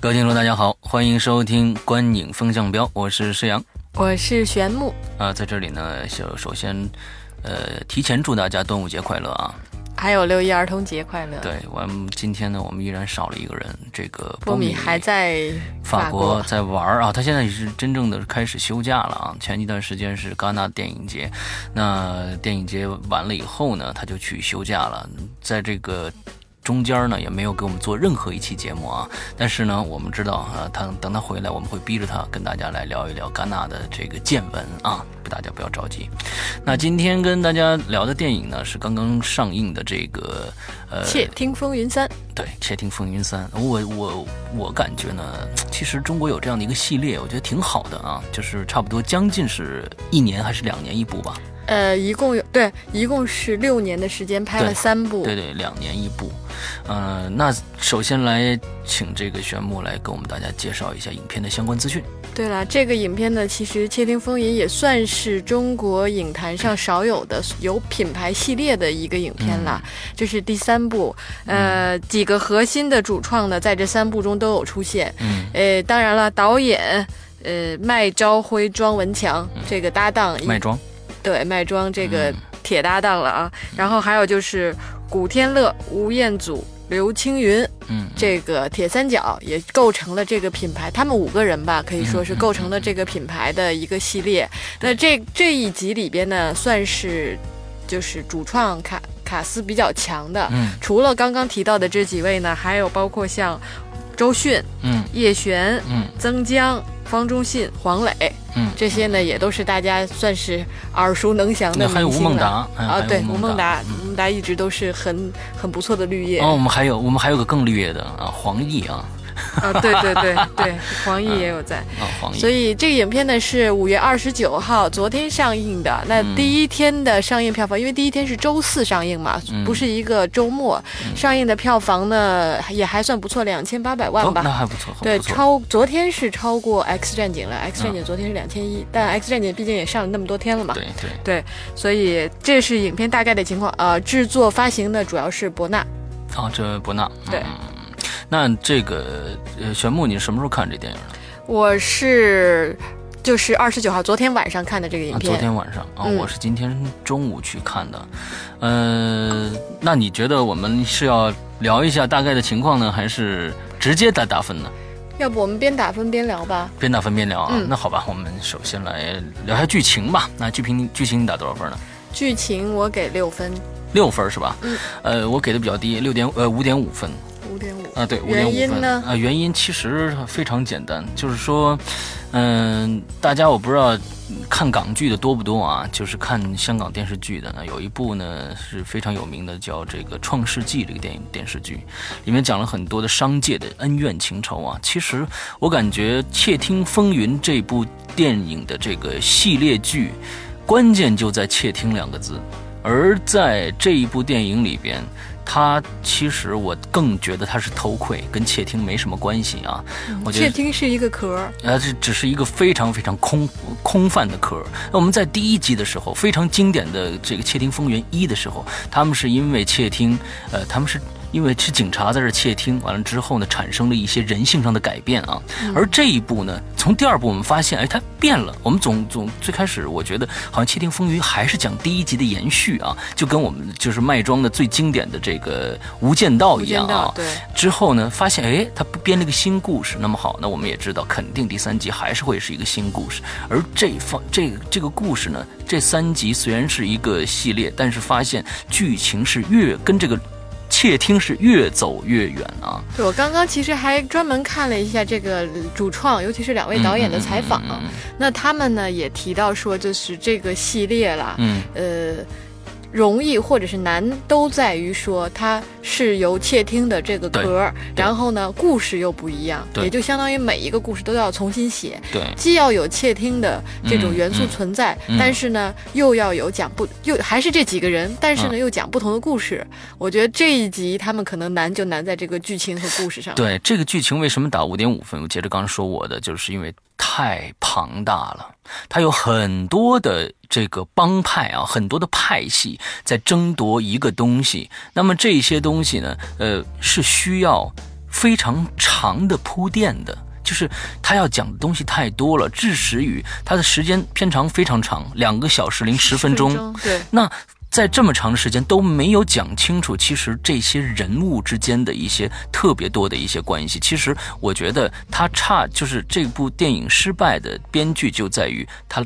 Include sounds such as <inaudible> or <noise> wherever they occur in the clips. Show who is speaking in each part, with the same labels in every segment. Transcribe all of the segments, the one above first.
Speaker 1: 各位听众，大家好，欢迎收听《观影风向标》，我是施阳
Speaker 2: 我是玄木，
Speaker 1: 啊，在这里呢，首首先，呃，提前祝大家端午节快乐啊！
Speaker 2: 还有六一儿童节快乐。，
Speaker 1: 对我们今天呢，我们依然少了一个人，这个
Speaker 2: 波米
Speaker 1: 米
Speaker 2: 还在
Speaker 1: 法
Speaker 2: 法
Speaker 1: 国在玩儿啊，他现在也是真正的开始休假了啊。前一段时间是戛纳电影节，那电影节完了以后呢，他就去休假了，在这个。中间呢也没有给我们做任何一期节目啊，但是呢，我们知道啊，他等他回来，我们会逼着他跟大家来聊一聊戛纳的这个见闻啊，大家不要着急。那今天跟大家聊的电影呢是刚刚上映的这个呃
Speaker 2: 《窃听风云三》
Speaker 1: 对，《窃听风云三》我，我我感觉呢，其实中国有这样的一个系列，我觉得挺好的啊，就是差不多将近是一年还是两年一部吧？
Speaker 2: 呃，一共有对，一共是六年的时间拍
Speaker 1: 对
Speaker 2: 了三部。
Speaker 1: 对对，两年一部。呃，那首先来请这个玄牧来给我们大家介绍一下影片的相关资讯。
Speaker 2: 对了，这个影片呢，其实《窃听风云》也算是中国影坛上少有的有品牌系列的一个影片啦。
Speaker 1: 嗯
Speaker 2: 这是第三部，呃，几个核心的主创呢，在这三部中都有出现。
Speaker 1: 嗯，
Speaker 2: 呃，当然了，导演。呃，麦朝辉、庄文强这个搭档，
Speaker 1: 嗯麦庄，
Speaker 2: 对麦庄这个
Speaker 1: 嗯
Speaker 2: 铁搭档了啊。然后还有就是古天乐、吴彦祖、刘青云
Speaker 1: 嗯，
Speaker 2: 这个铁三角也构成了这个品牌，他们五个人吧，可以说是
Speaker 1: 嗯
Speaker 2: 构成了这个品牌的一个系列。那这这一集里边呢，算是就是主创卡卡斯比较强的。
Speaker 1: 嗯
Speaker 2: 除了刚刚提到的这几位呢，还有包括像周迅、
Speaker 1: 嗯
Speaker 2: 叶璇、
Speaker 1: 嗯
Speaker 2: 曾江、方中信、黄磊，
Speaker 1: 嗯，
Speaker 2: 这些呢也都是大家算是耳熟能详的
Speaker 1: 那还有
Speaker 2: 明
Speaker 1: 吴
Speaker 2: 星
Speaker 1: 孟
Speaker 2: 了
Speaker 1: 达还有还
Speaker 2: 啊，
Speaker 1: 有
Speaker 2: 对，
Speaker 1: 吴
Speaker 2: 吴
Speaker 1: 孟
Speaker 2: 孟
Speaker 1: 达
Speaker 2: 达，吴孟达一直都是很很不错的绿叶
Speaker 1: 哦，我们还有我们还有个更绿叶的啊，黄奕啊
Speaker 2: 啊，对对对
Speaker 1: <laughs>
Speaker 2: 对，黄奕也有在，
Speaker 1: 啊，黄奕。
Speaker 2: 所以这个影片呢是五月二十九号昨天上映的，那
Speaker 1: 嗯
Speaker 2: 第一天的上映票房，因为第一天是周四上映嘛，
Speaker 1: 嗯
Speaker 2: 不是一个周末上映的票房呢也还算不错，两千八百万
Speaker 1: 哦，
Speaker 2: 吧
Speaker 1: 那。还不错，很
Speaker 2: 对，
Speaker 1: 不错
Speaker 2: 超昨天是超过《X 战警》了，《X 战警》昨天是两千一，但《X 战警》毕竟也上了那么多天了嘛，
Speaker 1: 对对，
Speaker 2: 对，所以这是影片大概的情况。呃，制作发行的主要是博纳，
Speaker 1: 啊，这伯纳，
Speaker 2: 对
Speaker 1: 嗯那这个呃，玄牧，你什么时候看这电影啊的？
Speaker 2: 我是就是二十九号昨天晚上看的这个影
Speaker 1: 啊、昨
Speaker 2: 片。
Speaker 1: 天晚上啊，
Speaker 2: 嗯
Speaker 1: 我是今天中午去看的。呃，那你觉得我们是要聊一下大概的情况呢，还是直接打打分呢？
Speaker 2: 要不我们边打分边聊吧？
Speaker 1: 边打分边聊啊。
Speaker 2: 嗯
Speaker 1: 那好吧，我们首先来聊一下剧情吧。那剧评剧情你打多少分呢？
Speaker 2: 剧情我给六分，
Speaker 1: 六分是吧？
Speaker 2: 嗯。
Speaker 1: 呃，我给的比较低，六点呃五点五分。
Speaker 2: 五点五。
Speaker 1: 啊，对，五点
Speaker 2: 原
Speaker 1: 五
Speaker 2: 因
Speaker 1: 分
Speaker 2: 呢
Speaker 1: 啊，原因其实非常简单，就是说，嗯、大家我不知道看港剧的多不多啊，就是看香港电视剧的呢，有一部呢是非常有名的，叫这个《创世纪》这个电影电视剧，里面讲了很多的商界的恩怨情仇啊。其实我感觉《窃听风云》这部电影的这个系列剧，关键就在“窃听”两个字。而在这一部电影里边，它其实我更觉得它是偷窥，跟窃听没什么关系啊。我觉
Speaker 2: 窃
Speaker 1: 得
Speaker 2: 听是一个壳儿，
Speaker 1: 呃，这只是一个非常非常空空泛的壳儿。那我们在第一集的时候，非常经典的这个《窃听风云一》的时候，他们是因为窃听，呃，他们是因为是警察在这儿窃听，完了之后呢，产生了一些人性上的改变啊。
Speaker 2: 嗯
Speaker 1: 而这一步呢，从第二部我们发现，哎，它变了。我们总总最开始我觉得好像《窃听风云》还是讲第一集的延续啊，就跟我们就是卖庄的最经典的这个《无间道》
Speaker 2: 无
Speaker 1: 一
Speaker 2: 间
Speaker 1: 样啊
Speaker 2: 道。。对，
Speaker 1: 之后呢，发现哎，他编了个新故事，那么好，那我们也知道，肯定第三集还是会是一个新故事。而这方这个这个故事呢，这三集虽然是一个系列，但是发现剧情是越跟这个。窃听是越走越远啊。
Speaker 2: 对我刚刚其实还专门看了一下这个主创，尤其是两位导演的采访，啊
Speaker 1: 嗯嗯嗯
Speaker 2: 那他们呢也提到说，就是这个系列啦，
Speaker 1: 嗯
Speaker 2: 呃，容易或者是难都在于说它是由窃听的这个壳儿，
Speaker 1: 对
Speaker 2: 然后呢故事又不一样，
Speaker 1: 对
Speaker 2: 也就相当于每一个故事都要重新写。
Speaker 1: 对，
Speaker 2: 既要有窃听的这种元素存在，
Speaker 1: 嗯嗯
Speaker 2: 但是呢，又要有讲不又还是这几个人，但
Speaker 1: 嗯
Speaker 2: 是呢、又讲不同的故事。我觉得这一集他们可能难就难在这个剧情和故事上。
Speaker 1: 对这个剧情为什么打五点五分？我接着刚刚说我的，就是因为太庞大了，它有很多的这个帮派啊，很多的派系在争夺一个东西。那么这些东西呢，呃，是需要非常长的铺垫的。就是他要讲的东西太多了，致使于他的时间偏长非常长，两个小时零十分钟。，
Speaker 2: 对，
Speaker 1: 那在这么长的时间都没有讲清楚，其实这些人物之间的一些特别多的一些关系，其实我觉得它差，就是这部电影失败的编剧就在于它。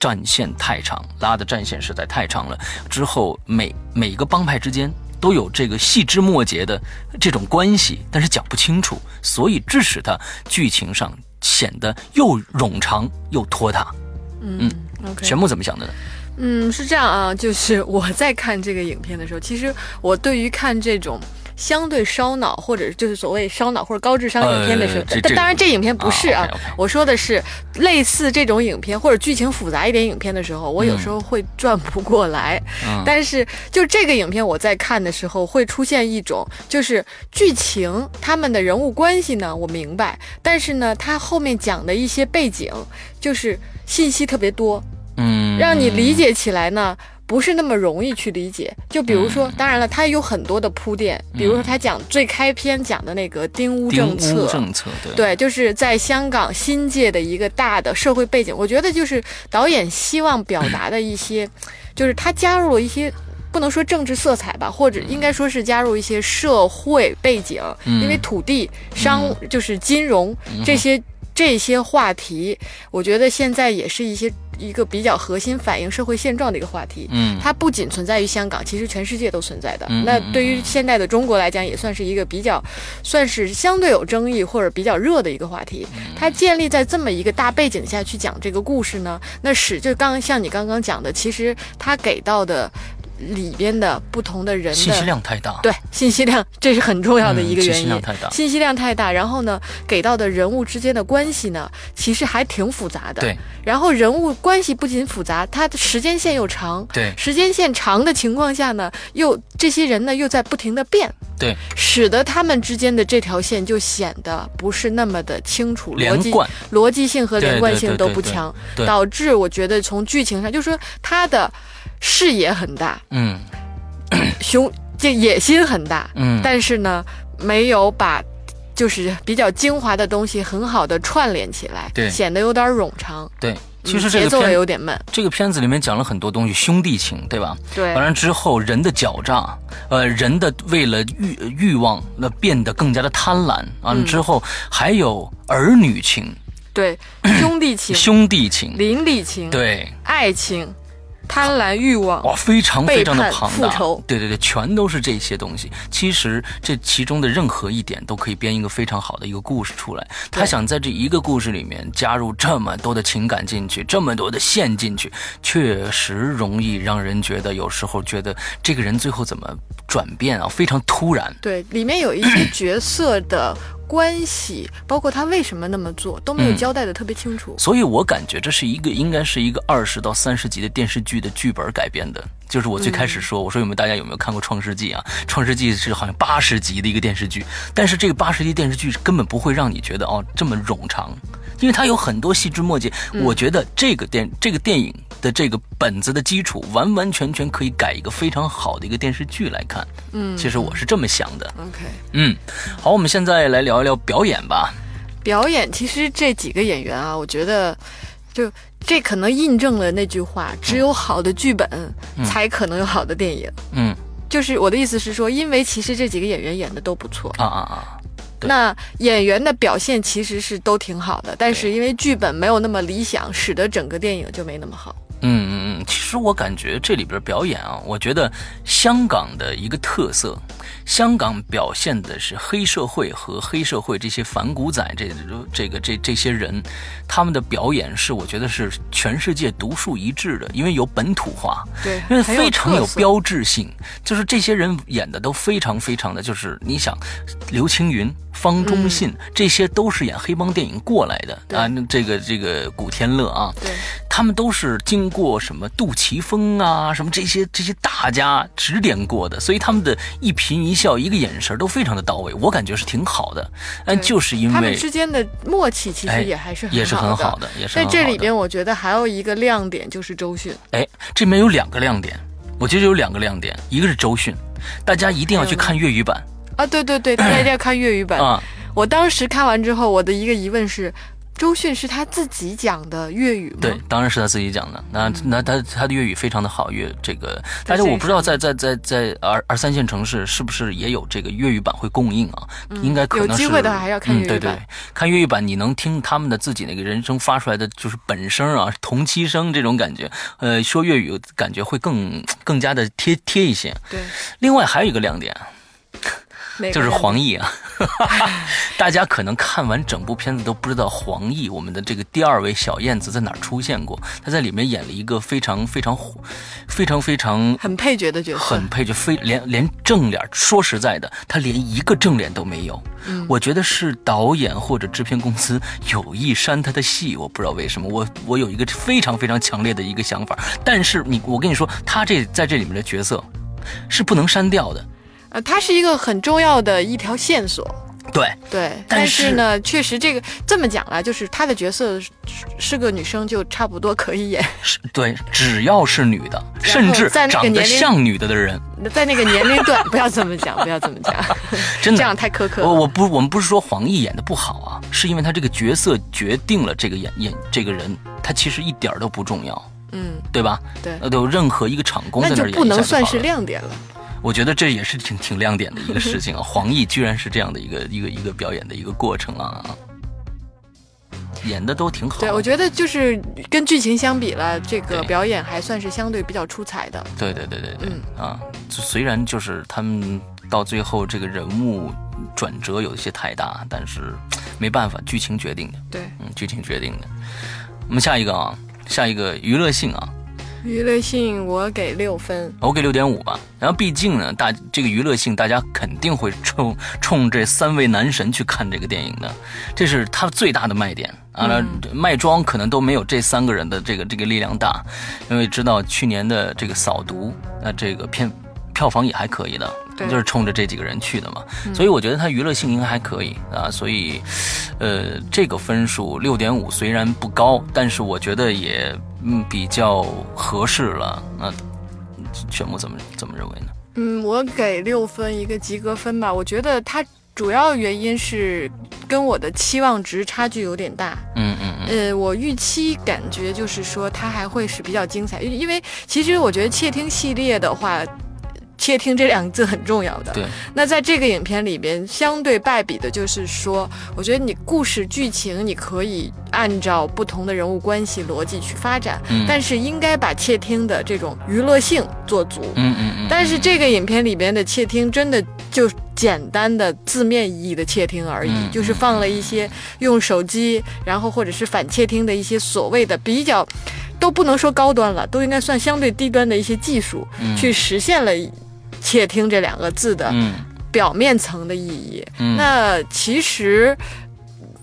Speaker 1: 战线太长，拉的战线实在太长了。之后每每个帮派之间都有这个细枝末节的这种关系，但是讲不清楚，所以致使它剧情上显得又冗长又拖沓。
Speaker 2: 嗯，OK，
Speaker 1: 全部怎么想的呢？
Speaker 2: 嗯，是这样啊，就是我在看这个影片的时候，其实我对于看这种。相对烧脑，或者就是所谓烧脑或者高智商影片的时候
Speaker 1: 呃，这
Speaker 2: 但
Speaker 1: 这
Speaker 2: 当然这影片不是啊，
Speaker 1: 啊，OK，OK
Speaker 2: 我说的是类似这种影片或者剧情复杂一点影片的时候，我有时候会转不过来。
Speaker 1: 嗯
Speaker 2: 但是就这个影片我在看的时候，会出现一种就是剧情他们的人物关系呢，我明白，但是呢，他后面讲的一些背景就是信息特别多，
Speaker 1: 嗯，
Speaker 2: 让你理解起来呢。不是那么容易去理解，就比如说，
Speaker 1: 嗯
Speaker 2: 当然了，它有很多的铺垫，比如说他讲最开篇讲的那个丁屋
Speaker 1: 丁
Speaker 2: 政
Speaker 1: 屋
Speaker 2: 策，
Speaker 1: 政策，对
Speaker 2: 对，就是在香港新界的一个大的社会背景，我觉得就是导演希望表达的一些， <clears throat> 就是他加入了一些。不能说政治色彩吧，或者应该说是加入一些社会背景，因为土地、商就是金融这些这些话题，我觉得现在也是一些一个比较核心反映社会现状的一个话题。
Speaker 1: 嗯
Speaker 2: 它不仅存在于香港，其实全世界都存在的。
Speaker 1: 嗯
Speaker 2: 那
Speaker 1: 嗯
Speaker 2: 对于现代的中国来讲，也算是一个比较，算是相对有争议或者比较热的一个话题。
Speaker 1: 嗯
Speaker 2: 它建立在这么一个大背景下去讲这个故事呢，那使就刚像你刚刚讲的，其实它给到的里边的不同的人
Speaker 1: 信息
Speaker 2: 的。
Speaker 1: 量太大，
Speaker 2: 对信息量，这是很重要的一个
Speaker 1: 嗯
Speaker 2: 原
Speaker 1: 信息
Speaker 2: 因。
Speaker 1: 量太大
Speaker 2: 信息量太大，然后呢，给到的人物之间的关系呢，其实还挺复杂的。
Speaker 1: 对，
Speaker 2: 然后人物关系不仅复杂，它的时间线又长。
Speaker 1: 对
Speaker 2: 时间线长的情况下呢，又这些人呢又在不停的变，
Speaker 1: 对，
Speaker 2: 使得他们之间的这条线就显得不是那么的清楚，逻
Speaker 1: 连
Speaker 2: 辑
Speaker 1: 贯
Speaker 2: 逻辑性和连贯性都不强
Speaker 1: 对对对对对，对
Speaker 2: 导致我觉得从剧情上，就是说他的视野很大，
Speaker 1: 嗯
Speaker 2: 雄这野心很大，
Speaker 1: 嗯，
Speaker 2: 但是呢，没有把就是比较精华的东西很好的串联起来，
Speaker 1: 对
Speaker 2: 显得有点冗长，
Speaker 1: 对，
Speaker 2: 嗯
Speaker 1: 其实这
Speaker 2: 节
Speaker 1: 个
Speaker 2: 奏也
Speaker 1: 片
Speaker 2: 有点慢，
Speaker 1: 这个片子里面讲了很多东西，兄弟情，对吧？
Speaker 2: 对
Speaker 1: 完，了之后，人的狡诈，呃，人的为了欲呃欲望，那变得更加的贪婪。完
Speaker 2: 嗯
Speaker 1: 了之后，还有儿女情、
Speaker 2: 对， <coughs> 兄弟情、
Speaker 1: 兄弟情，
Speaker 2: 邻里情、
Speaker 1: 对，
Speaker 2: 爱情、贪婪、欲望，
Speaker 1: 哇，非常非常的
Speaker 2: 背叛
Speaker 1: 庞大，
Speaker 2: 复仇
Speaker 1: 对对对，全都是这些东西。其实这其中的任何一点都可以编一个非常好的一个故事出来。他想在这一个故事里面加入这么多的情感进去，这么多的线进去，确实容易让人觉得有时候觉得这个人最后怎么转变啊，非常突然。
Speaker 2: 对，里面有一些角色的关
Speaker 1: <coughs>
Speaker 2: 系，包括他为什么那么做，都没有
Speaker 1: 嗯
Speaker 2: 交代的特别清楚。
Speaker 1: 所以我感觉这是一个应该是一个二十到三十集的电视剧的剧本改编的。就是我最开始说，我说有没有大家有没有看过《创世纪》啊？《创世纪》是好像八十集的一个电视剧，但是这个八十集电视剧根本不会让你觉得哦这么冗长，因为它有很多细枝末节。我觉得这个电这个电影的这个本子的基础，完完全全可以改一个非常好的一个电视剧来看。
Speaker 2: 嗯
Speaker 1: 其实我是这么想的。
Speaker 2: OK，
Speaker 1: 嗯，好，我们现在来聊一聊表演吧。
Speaker 2: 表演其实这几个演员啊，我觉得就这可能印证了那句话：只有好的剧本，才可能有好的电影。
Speaker 1: 嗯，
Speaker 2: 就是我的意思是说，因为其实这几个演员演的都不错，
Speaker 1: 啊啊啊，对
Speaker 2: 那演员的表现其实是都挺好的，但是
Speaker 1: 对
Speaker 2: 因为剧本没有那么理想，使得整个电影就没那么好。
Speaker 1: 嗯嗯嗯，其实我感觉这里边表演啊，我觉得香港的一个特色，香港表现的是黑社会和黑社会这些反骨仔这这个这这些人，他们的表演是我觉得是全世界独树一帜的，因为有本土化，
Speaker 2: 对，
Speaker 1: 因为
Speaker 2: 很
Speaker 1: 非常有
Speaker 2: 特色
Speaker 1: 标志性，就是这些人演的都非常非常的，就是你想，刘青云、方中信、这些都是演黑帮电影过来的
Speaker 2: 嗯对
Speaker 1: 啊，那这个这个古天乐啊，
Speaker 2: 对，
Speaker 1: 他们都是经过什么杜琪峰啊，什么这些这些大家指点过的，所以他们的一颦一笑、一个眼神都非常的到位，我感觉是挺好的。但
Speaker 2: 对
Speaker 1: 就是因
Speaker 2: 他们
Speaker 1: 为
Speaker 2: 之间的默契其
Speaker 1: 哎
Speaker 2: 实也还是
Speaker 1: 也是很
Speaker 2: 好
Speaker 1: 好
Speaker 2: 的。
Speaker 1: 的，也是
Speaker 2: 在
Speaker 1: 很好的。
Speaker 2: 这里边，我觉得还有一个亮点就是周迅，
Speaker 1: 哎，这里面有两个亮点，我觉得有两个亮点，一个是周迅，大家一定要去看粤语版
Speaker 2: 啊，对对对，大家一定要看粤语版。
Speaker 1: 啊、
Speaker 2: 我当时看完之后，我的一个疑问是，周迅是他自己讲的粤语吗？
Speaker 1: 对，当然是他自己讲的。
Speaker 2: 嗯
Speaker 1: 那、那他他的粤语非常的好，粤这个
Speaker 2: 在
Speaker 1: 大
Speaker 2: 这
Speaker 1: 家
Speaker 2: 一
Speaker 1: 我不知道在在在在二二三线城市是不是也有这个粤语版会供应啊？应该可能
Speaker 2: 嗯有
Speaker 1: 是
Speaker 2: 机会的话还要看粤语
Speaker 1: 嗯、对对
Speaker 2: 版，
Speaker 1: 看粤语版你能听他们的自己那个人声发出来的就是本声啊，同期声这种感觉。呃，说粤语感觉会更更加的贴贴一些。
Speaker 2: 对，
Speaker 1: 另外还有一个亮点，
Speaker 2: 哪个
Speaker 1: 就是
Speaker 2: 亮
Speaker 1: 黄奕啊， <laughs> 大家可能看完整部片子都不知道黄奕，我们的这个第二位小燕子在哪儿出现过？她在里面演了一个非常非常火非常非常
Speaker 2: 很配角的角色，
Speaker 1: 很配角，非连连正脸，说实在的，她连一个正脸都没有。我觉得是导演或者制片公司有意删她的戏，我不知道为什么。我我有一个非常非常强烈的一个想法，但是你我跟你说，她这在这里面的角色是不能删掉的。
Speaker 2: 呃，它是一个很重要的一条线索。
Speaker 1: 对，
Speaker 2: 对，
Speaker 1: 但
Speaker 2: 但
Speaker 1: 是
Speaker 2: 是呢，确实这个这么讲啦，就是她的角色是是个女生，就差不多可以演，
Speaker 1: 是对，只要是女的，
Speaker 2: 然
Speaker 1: 甚
Speaker 2: 后
Speaker 1: 至
Speaker 2: 在那个
Speaker 1: 长得
Speaker 2: 年龄
Speaker 1: 像女的的人，
Speaker 2: 在那个年龄
Speaker 1: <laughs>
Speaker 2: 段，不要这么讲，不要这么讲，
Speaker 1: 真的
Speaker 2: 这样太苛刻
Speaker 1: 我
Speaker 2: 了。
Speaker 1: 我不我们不是说黄奕演的不好啊，是因为他这个角色决定了这个演演这个人，他其实一点儿都不重要，
Speaker 2: 嗯，
Speaker 1: 对吧？
Speaker 2: 对，
Speaker 1: 呃，有任何一个场工在
Speaker 2: 那
Speaker 1: 那
Speaker 2: 就
Speaker 1: 儿演
Speaker 2: 不
Speaker 1: 一下
Speaker 2: 能
Speaker 1: 就
Speaker 2: 算
Speaker 1: 好
Speaker 2: 是
Speaker 1: 了。
Speaker 2: 亮点了。
Speaker 1: 我觉得这也是挺挺亮点的一个事情啊，黄奕居然是这样的一个一个一个表演的一个过程啊，演的都挺好。
Speaker 2: 对，我觉得就是跟剧情相比了，这个
Speaker 1: 对
Speaker 2: 表演还算是相对比较出彩的。
Speaker 1: 对对对对对，
Speaker 2: 嗯
Speaker 1: 啊，就虽然就是他们到最后这个人物转折有一些太大，但是没办法，剧情决定的，
Speaker 2: 对，
Speaker 1: 嗯，剧情决定的。我们下一个啊，下一个娱乐性啊，
Speaker 2: 娱乐性我给六分。
Speaker 1: 我给六点五吧。然后毕竟呢，大这个娱乐性，大家肯定会冲冲这三位男神去看这个电影的，这是它最大的卖点啊。卖妆可能都没有这三个人的这个这个力量大，因为知道去年的这个扫毒，那这个片票房也还可以的。
Speaker 2: 对嗯
Speaker 1: 就是冲着这几个人去的嘛，所以我觉得它娱乐性应该还可以啊，所以，呃，这个分数六点五虽然不高，但是我觉得也嗯比较合适了。那、全部怎么怎么认为呢？
Speaker 2: 嗯，我给六分一个及格分吧。我觉得它主要原因是跟我的期望值差距有点大。
Speaker 1: 嗯嗯
Speaker 2: 呃，我预期感觉就是说它还会是比较精彩，因因为其实我觉得窃听系列的话。窃听这两个字很重要的。
Speaker 1: 对，
Speaker 2: 那在这个影片里边，相对败笔的就是说，我觉得你故事剧情你可以按照不同的人物关系逻辑去发展，
Speaker 1: 嗯
Speaker 2: 但是应该把窃听的这种娱乐性做足。
Speaker 1: 嗯嗯嗯，
Speaker 2: 但是这个影片里边的窃听真的就简单的字面意义的窃听而已，
Speaker 1: 嗯
Speaker 2: 就是放了一些用手机，然后或者是反窃听的一些所谓的比较，都不能说高端了，都应该算相对低端的一些技术，
Speaker 1: 嗯
Speaker 2: 去实现了窃听这两个字的
Speaker 1: 嗯
Speaker 2: 表面层的意义。
Speaker 1: 嗯
Speaker 2: 那其实。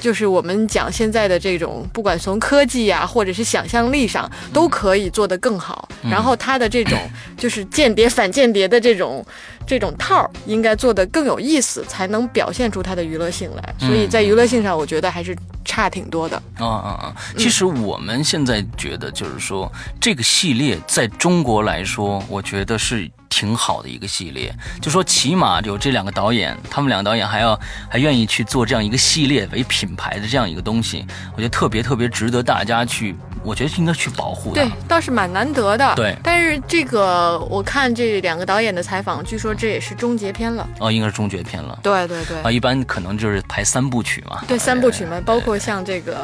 Speaker 2: 就是我们讲现在的这种，不管从科技呀、或者是想象力上，都可以做得更好。
Speaker 1: 嗯
Speaker 2: 然后它的这种就是间谍反间谍的这种这种套儿，应该做得更有意思，才能表现出它的娱乐性来。
Speaker 1: 嗯
Speaker 2: 所以在娱乐性上，我觉得还是差挺多的。
Speaker 1: 啊啊啊！其实我们现在觉得就是说，这个系列在中国来说，我觉得是挺好的一个系列。就说起码有这两个导演，他们两个导演还要还愿意去做这样一个系列为品牌的这样一个东西，我觉得特别特别值得大家去，我觉得应该去保护它
Speaker 2: 对。，倒是蛮难得的。
Speaker 1: 对
Speaker 2: 但是这个我看这两个导演的采访，据说这也是终结篇了。
Speaker 1: 哦，应该是终结篇了
Speaker 2: 对对对
Speaker 1: 啊，一般可能就是排三部曲嘛。
Speaker 2: 对三部曲嘛，包括像这个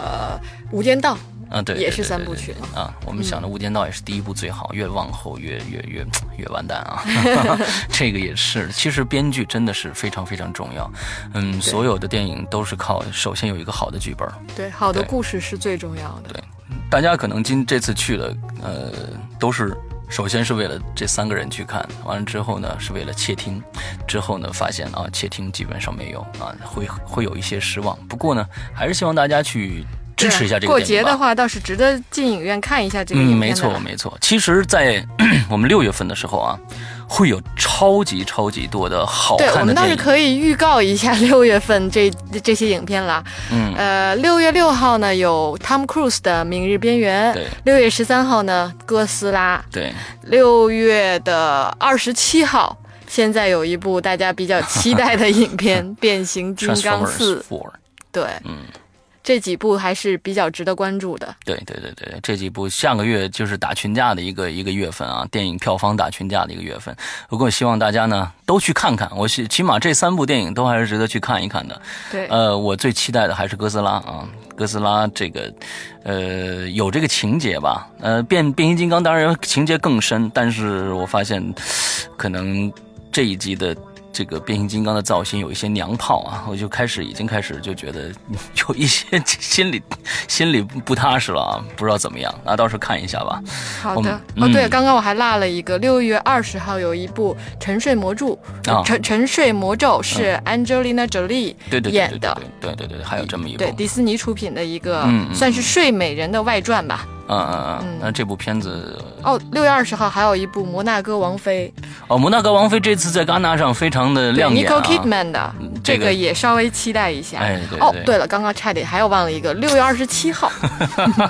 Speaker 2: 《无间道》
Speaker 1: 啊，对，
Speaker 2: 也是
Speaker 1: 对对
Speaker 2: 三
Speaker 1: 对
Speaker 2: 部
Speaker 1: 对
Speaker 2: 曲嘛
Speaker 1: 对啊。我们想的《无间道》也是第一部最好，越往后越越越越完蛋
Speaker 2: <laughs>
Speaker 1: 啊。 <laughs> 这个也是，其实编剧真的是非常非常重要。嗯，所有的电影都是靠首先有一个好的剧本儿。
Speaker 2: 对，好的
Speaker 1: 对
Speaker 2: 故事是最重要的。
Speaker 1: 对大家可能今这次去了，呃，都是首先是为了这三个人去看，完了之后呢是为了窃听，之后呢发现啊窃听基本上没有啊，会会有一些失望。不过呢，还是希望大家去支持一下这个
Speaker 2: 过
Speaker 1: 电影
Speaker 2: 节
Speaker 1: 吧。
Speaker 2: 的话，倒是值得进影院看一下这个影
Speaker 1: 嗯，
Speaker 2: 片
Speaker 1: 没
Speaker 2: 的
Speaker 1: 错
Speaker 2: 啦
Speaker 1: 没错。其实在， <clears throat> 我们六月份的时候啊，会有超级超级多的好
Speaker 2: 对，我
Speaker 1: 看的
Speaker 2: 们倒
Speaker 1: 电
Speaker 2: 是
Speaker 1: 影。
Speaker 2: 可以预告一下 <laughs> 六月份这这些影片啦。
Speaker 1: 嗯，
Speaker 2: 呃，六月六号呢有 Tom Cruise 的《明日边缘》，
Speaker 1: 对
Speaker 2: 六月十三号呢哥斯拉，
Speaker 1: 对，
Speaker 2: 六月的二十七号。现在有一部大家比较期待的影片
Speaker 1: <laughs>
Speaker 2: 《变形金刚
Speaker 1: Transformers
Speaker 2: 四》，
Speaker 1: Four，
Speaker 2: 对，
Speaker 1: 嗯，
Speaker 2: 这几部还是比较值得关注的。
Speaker 1: 对对对对，这几部下个月就是打群架的一个一个月份啊，电影票房打群架的一个月份。不过希望大家呢都去看看，我起起码这三部电影都还是值得去看一看的。
Speaker 2: 对，
Speaker 1: 呃，我最期待的还是哥斯拉啊，哥斯拉这个，呃，有这个情节吧？呃，变变形金刚当然情节更深，但是我发现，可能这一集的。这个变形金刚的造型有一些娘炮啊，我就开始已经开始就觉得有一些心里心里不踏实了啊，不知道怎么样，那到时候看一下吧。
Speaker 2: 好
Speaker 1: 我
Speaker 2: 的
Speaker 1: 们。
Speaker 2: 哦，对，
Speaker 1: 嗯
Speaker 2: 刚刚我还落了一个，六月二十号有一部《沉睡魔咒》，
Speaker 1: 啊嗯
Speaker 2: 呃沉沉睡魔咒是 Angelina Jolie
Speaker 1: 对对对对
Speaker 2: 演
Speaker 1: 对
Speaker 2: 的，
Speaker 1: 对对对对，还有这么一部，
Speaker 2: 对，迪士尼出品的一个
Speaker 1: 嗯嗯
Speaker 2: 算是睡美人的外传吧。
Speaker 1: 嗯嗯嗯，那这部片子
Speaker 2: 哦，六月二十号还有一部《摩纳哥王妃
Speaker 1: 哦，摩纳哥王妃这次在戛纳上非常的》
Speaker 2: 对
Speaker 1: 亮眼
Speaker 2: ，Nicole
Speaker 1: 啊，
Speaker 2: Kidman 的
Speaker 1: 嗯，这
Speaker 2: 这
Speaker 1: 个
Speaker 2: 个也稍微期待一下。
Speaker 1: 哎对
Speaker 2: 哦
Speaker 1: 对，
Speaker 2: 对了，刚刚差点还有忘了一个，六月二十七
Speaker 1: <laughs>
Speaker 2: 号， <laughs>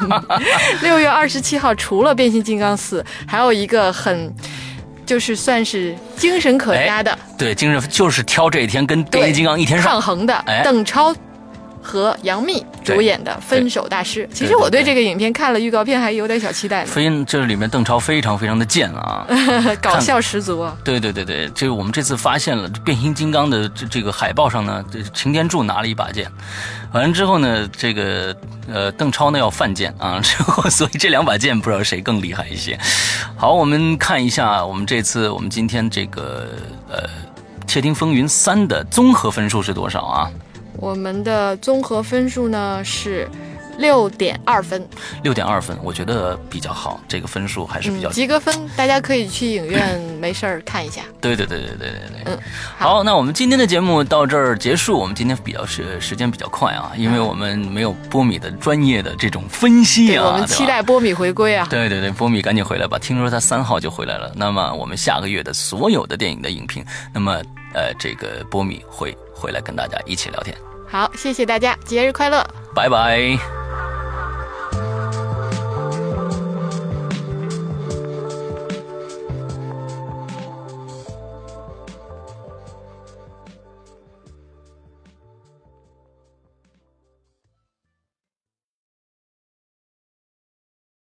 Speaker 2: 六月二十七号，除了《变形金刚四》，还有一个很，就是算是精神可
Speaker 1: 哎
Speaker 2: 嘉的。
Speaker 1: 对，精神就是挑这一天跟变形金刚一天上。
Speaker 2: 抗衡的
Speaker 1: 哎
Speaker 2: 邓超和杨幂主演的《分手大师》。其实我对这个影片看了预告片还有点小期待
Speaker 1: <laughs>
Speaker 2: 呢，
Speaker 1: 非这里面邓超非常非常的贱啊！
Speaker 2: 嗯搞笑十足啊！
Speaker 1: <laughs> 对对对对，这个我们这次发现了变形金刚的这这个海报上呢，这擎天柱拿了一把剑，完了之后呢，这个呃邓超呢要犯贱啊， <laughs> 之后所以这两把剑不知道谁更厉害一些。好，我们看一下我们这次我们今天这个呃《窃听风云三》的综合分数是多少啊？
Speaker 2: 我们的综合分数呢是。六点二分，
Speaker 1: 六点二分，我觉得比较好，这个分数还是比
Speaker 2: 嗯
Speaker 1: 较，
Speaker 2: 及格分，大家可以去影院没事儿看一
Speaker 1: <laughs>
Speaker 2: 下。
Speaker 1: 对对对对对对对。
Speaker 2: 嗯好
Speaker 1: 好，那我们今天的节目到这儿结束。我们今天比较时时间比较快啊，因为我们没有波米的专业的这种分析
Speaker 2: 对，
Speaker 1: 啊，
Speaker 2: 我们
Speaker 1: 对吧
Speaker 2: 期待波米回归啊！
Speaker 1: 对对对，波米赶紧回来吧！听说他三号就回来了。那么我们下个月的所有的电影的影评，那么呃，这个波米会回来跟大家一起聊天。
Speaker 2: 好，谢谢大家，节日快乐！
Speaker 1: 拜拜。